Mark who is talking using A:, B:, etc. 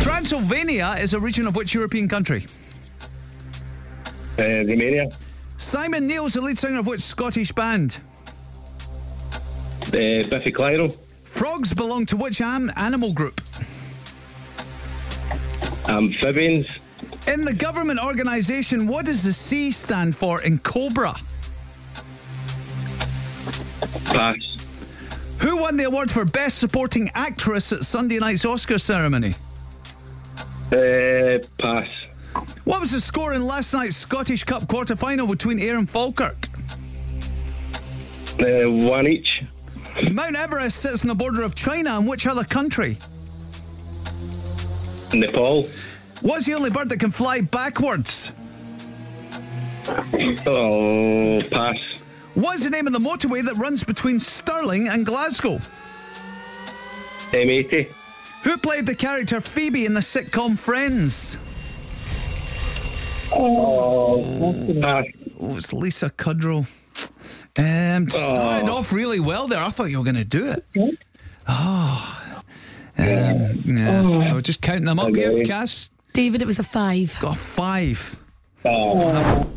A: Transylvania is a region of which European country?
B: Uh, Romania.
A: Simon Neil is the lead singer of which Scottish band?
B: Uh, Biffy Clyro.
A: Frogs belong to which am- animal group?
B: um, Amphibians.
A: In the government organisation, what does the C stand for in Cobra?
B: Pass.
A: Who won the award for Best Supporting Actress at Sunday night's Oscar ceremony?
B: Uh, pass.
A: What was the score in last night's Scottish Cup quarter final between Ayr and Falkirk?
B: Uh, one each.
A: Mount Everest sits on the border of China and which other country?
B: Nepal.
A: What's the only bird that can fly backwards?
B: Oh, pass.
A: What's the name of the motorway that runs between Stirling and Glasgow?
B: M80.
A: Who played the character Phoebe in the sitcom Friends?
B: Pass.
A: Oh, it's Lisa Kudrow. Um, started off really well there. I thought you were going to do it. Oh, um, yeah. I was just counting them up here.
B: Okay.
A: Cass
C: David, it was a five.
A: got a five.
B: Oh.